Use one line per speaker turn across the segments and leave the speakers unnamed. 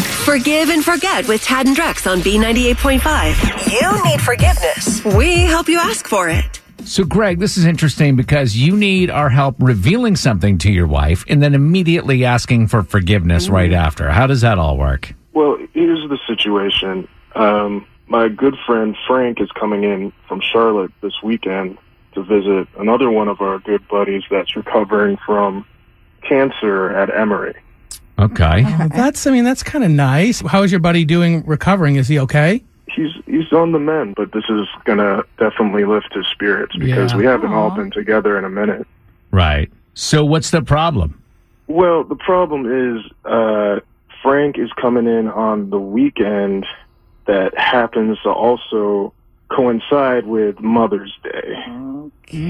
Forgive and forget with Tad and Drex on B98.5. You need forgiveness. We help you ask for it.
So, Greg, this is interesting because you need our help revealing something to your wife and then immediately asking for forgiveness right after. How does that all work?
Well, here's the situation. Um, my good friend Frank is coming in from Charlotte this weekend to visit another one of our good buddies that's recovering from cancer at Emory.
Okay.
Well, that's, I mean, that's kind of nice. How is your buddy doing recovering? Is he okay?
He's he's on the mend, but this is gonna definitely lift his spirits because
Yeah.
we haven't all been together in a minute.
Right. So, what's the problem?
Well, the problem is uh, Frank is coming in on the weekend that happens to also coincide with Mother's Day.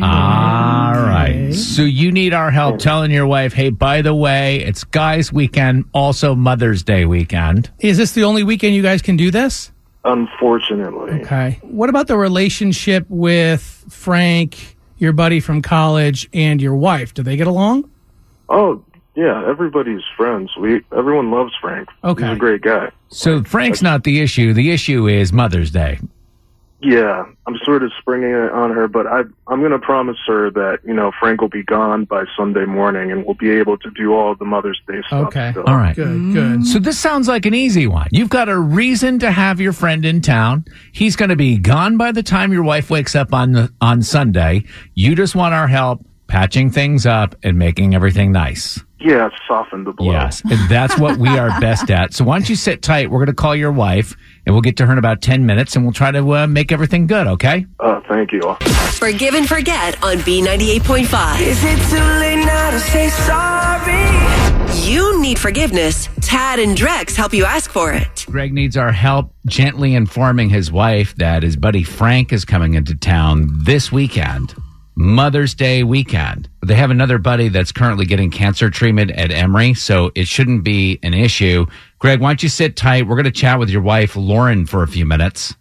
All right. So, you need our help telling your wife, hey, by the way, it's guys' weekend, also Mother's Day weekend.
Is this the only weekend you guys can do this?
Unfortunately,
Okay. What about the relationship with Frank, your buddy from college, and your wife? Do they get along?
oh yeah, everybody's friends. We everyone loves Frank.
Okay.
he's a great guy.
So, Frank's not the issue. The issue is Mother's Day.
Yeah, I'm sort of springing it on her, but I I'm gonna promise her that you know Frank will be gone by Sunday morning, and we'll be able to do all the Mother's Day stuff.
Okay.
still.
All right.
Good, good.
So this sounds like an easy one. You've got a reason to have your friend in town. He's going to be gone by the time your wife wakes up on the, on Sunday. You just want our help patching things up and making everything nice.
Yeah, soften the blow.
Yes, and that's what we are best at. So why don't you sit tight? We're going to call your wife, and we'll get to her in about ten minutes, and we'll try to uh, make everything good. Okay?
Uh, thank you.
Forgive and forget on B98.5.
Is it too late now to say sorry?
You need forgiveness. Tad and Drex help you ask for it.
Greg needs our help gently informing his wife that his buddy Frank is coming into town this weekend, Mother's Day weekend. They have another buddy that's currently getting cancer treatment at Emory, so it shouldn't be an issue. Greg, why don't you sit tight? We're going to chat with your wife, Lauren, for a few minutes.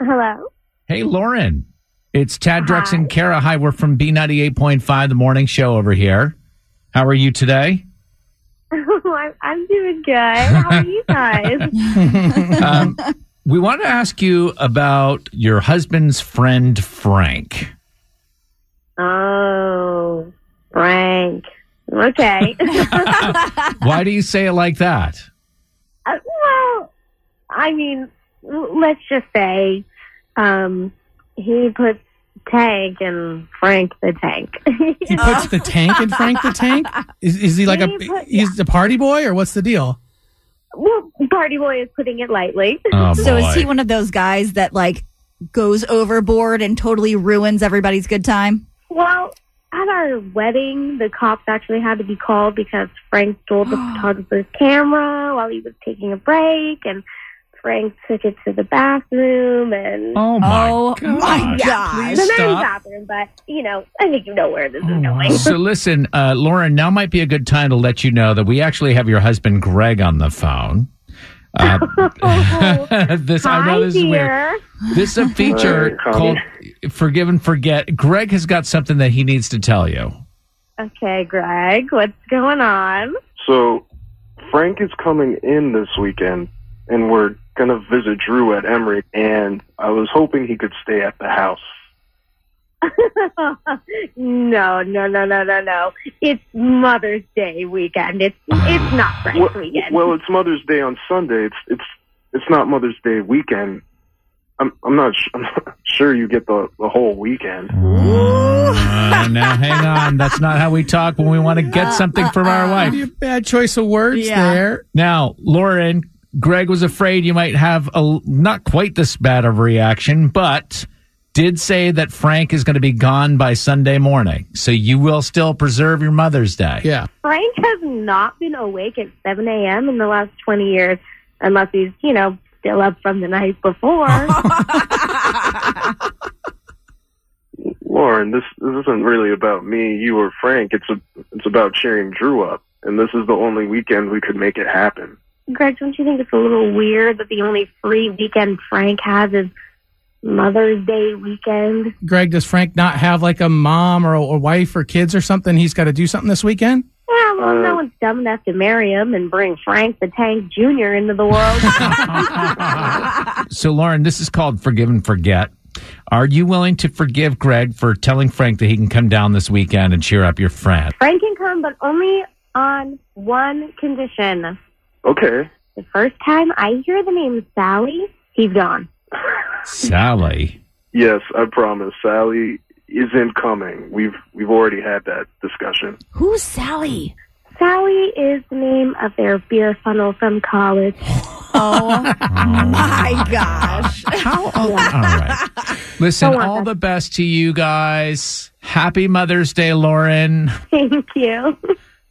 Hello.
Hey, Lauren. It's Tad Drex and Kara. Hi, we're from B98.5, the morning show over here. How are you today?
I'm, I'm doing good. How are you guys?
um, we want to ask you about your husband's friend, Frank.
oh, Frank. Okay.
Why do you say it like that?
Uh, well, I mean, l- let's just say um, he put tank and Frank the tank.
He puts the tank in Frank the tank? Is, is he like a,
He put-
he's a party boy or what's the deal?
well, Party Boy is putting it lightly.
Oh,
So
boy.
is he one of those guys that like goes overboard and totally ruins everybody's good time?
Well, at our wedding, the cops actually had to be called because Frank stole the photographer's camera while he was taking a break, and Frank took it to the bathroom and
Oh my
oh
gosh.
my gosh.
Please
the men's
stop. Oh,
bathroom. But you know, I think you know where this is
wow.
going.
So listen, uh, Lauren, now might be a good time to let you know that we actually have your husband Greg on the phone. Uh, this I
Hi,
know this is weird.
dear.
This is a feature
Hi,
called
Connie.
Forgive and Forget. Greg has got something that he needs to tell you.
Okay, Greg, what's going on?
So Frank is coming in this weekend, and we're gonna visit Drew at Emory. And I was hoping he could stay at the house.
no, no, no, no, no, no. It's Mother's Day weekend. It's it's not Frank's
well,
weekend.
well, it's Mother's Day on Sunday. It's it's it's not Mother's Day weekend. I'm I'm not, sh- I'm not sure you get the the whole weekend.
Uh, now hang on, that's not how we talk when we want to get something from our wife.
Maybe a bad choice of words
Yeah.
there.
Now, Lauren, Greg was afraid you might have a not quite this bad of a reaction, but did say that Frank is going to be gone by Sunday morning. So you will still preserve your Mother's Day.
Yeah.
Frank has not been awake at 7 a.m. in the last 20 years, unless he's, you know, still up from the night before.
Lauren, this this isn't really about me, you, or Frank. It's a, it's about cheering Drew up, and this is the only weekend we could make it happen.
Greg, don't you think it's a little weird that the only free weekend Frank has is Mother's Day weekend?
Greg, does Frank not have like a mom or a, or wife or kids or something? He's got to do something this weekend?
Yeah, well, no one's dumb enough to marry him and bring Frank the Tank Jr. into the world.
So, Lauren, this is called Forgive and Forget. Are you willing to forgive Greg for telling Frank that he can come down this weekend and cheer up your friend?
Frank can come, but only on one condition.
Okay.
The first time I hear the name Sally, he's gone.
Sally.
Yes, I promise. Sally isn't coming. We've we've already had that discussion.
Who's Sally?
Sally is the name of their beer funnel from college.
Oh my gosh.
How? All right. Listen, all the best to you guys. Happy Mother's Day, Lauren.
Thank you.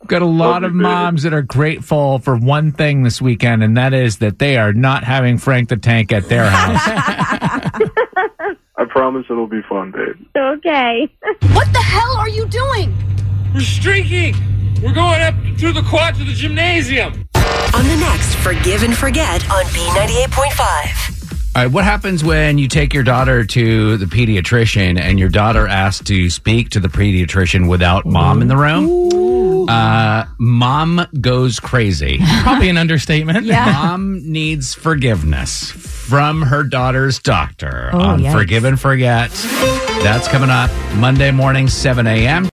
Got a lot
Love you,
of
baby.
moms that are grateful for one thing this weekend, and that is that they are not having Frank the Tank at their house.
I promise it'll be fun, babe.
Okay.
What the hell are you doing?
We're streaking. We're going up to the quad to the gymnasium.
On the next Forgive and Forget on B98.5.
all right, what happens when you take your daughter to the pediatrician and your daughter asks to speak to the pediatrician without mom in the room? Uh, mom goes crazy.
Probably an understatement. Yeah.
Mom needs forgiveness from her daughter's doctor on
yikes.
Forgive and Forget. That's coming up Monday morning, 7 a.m.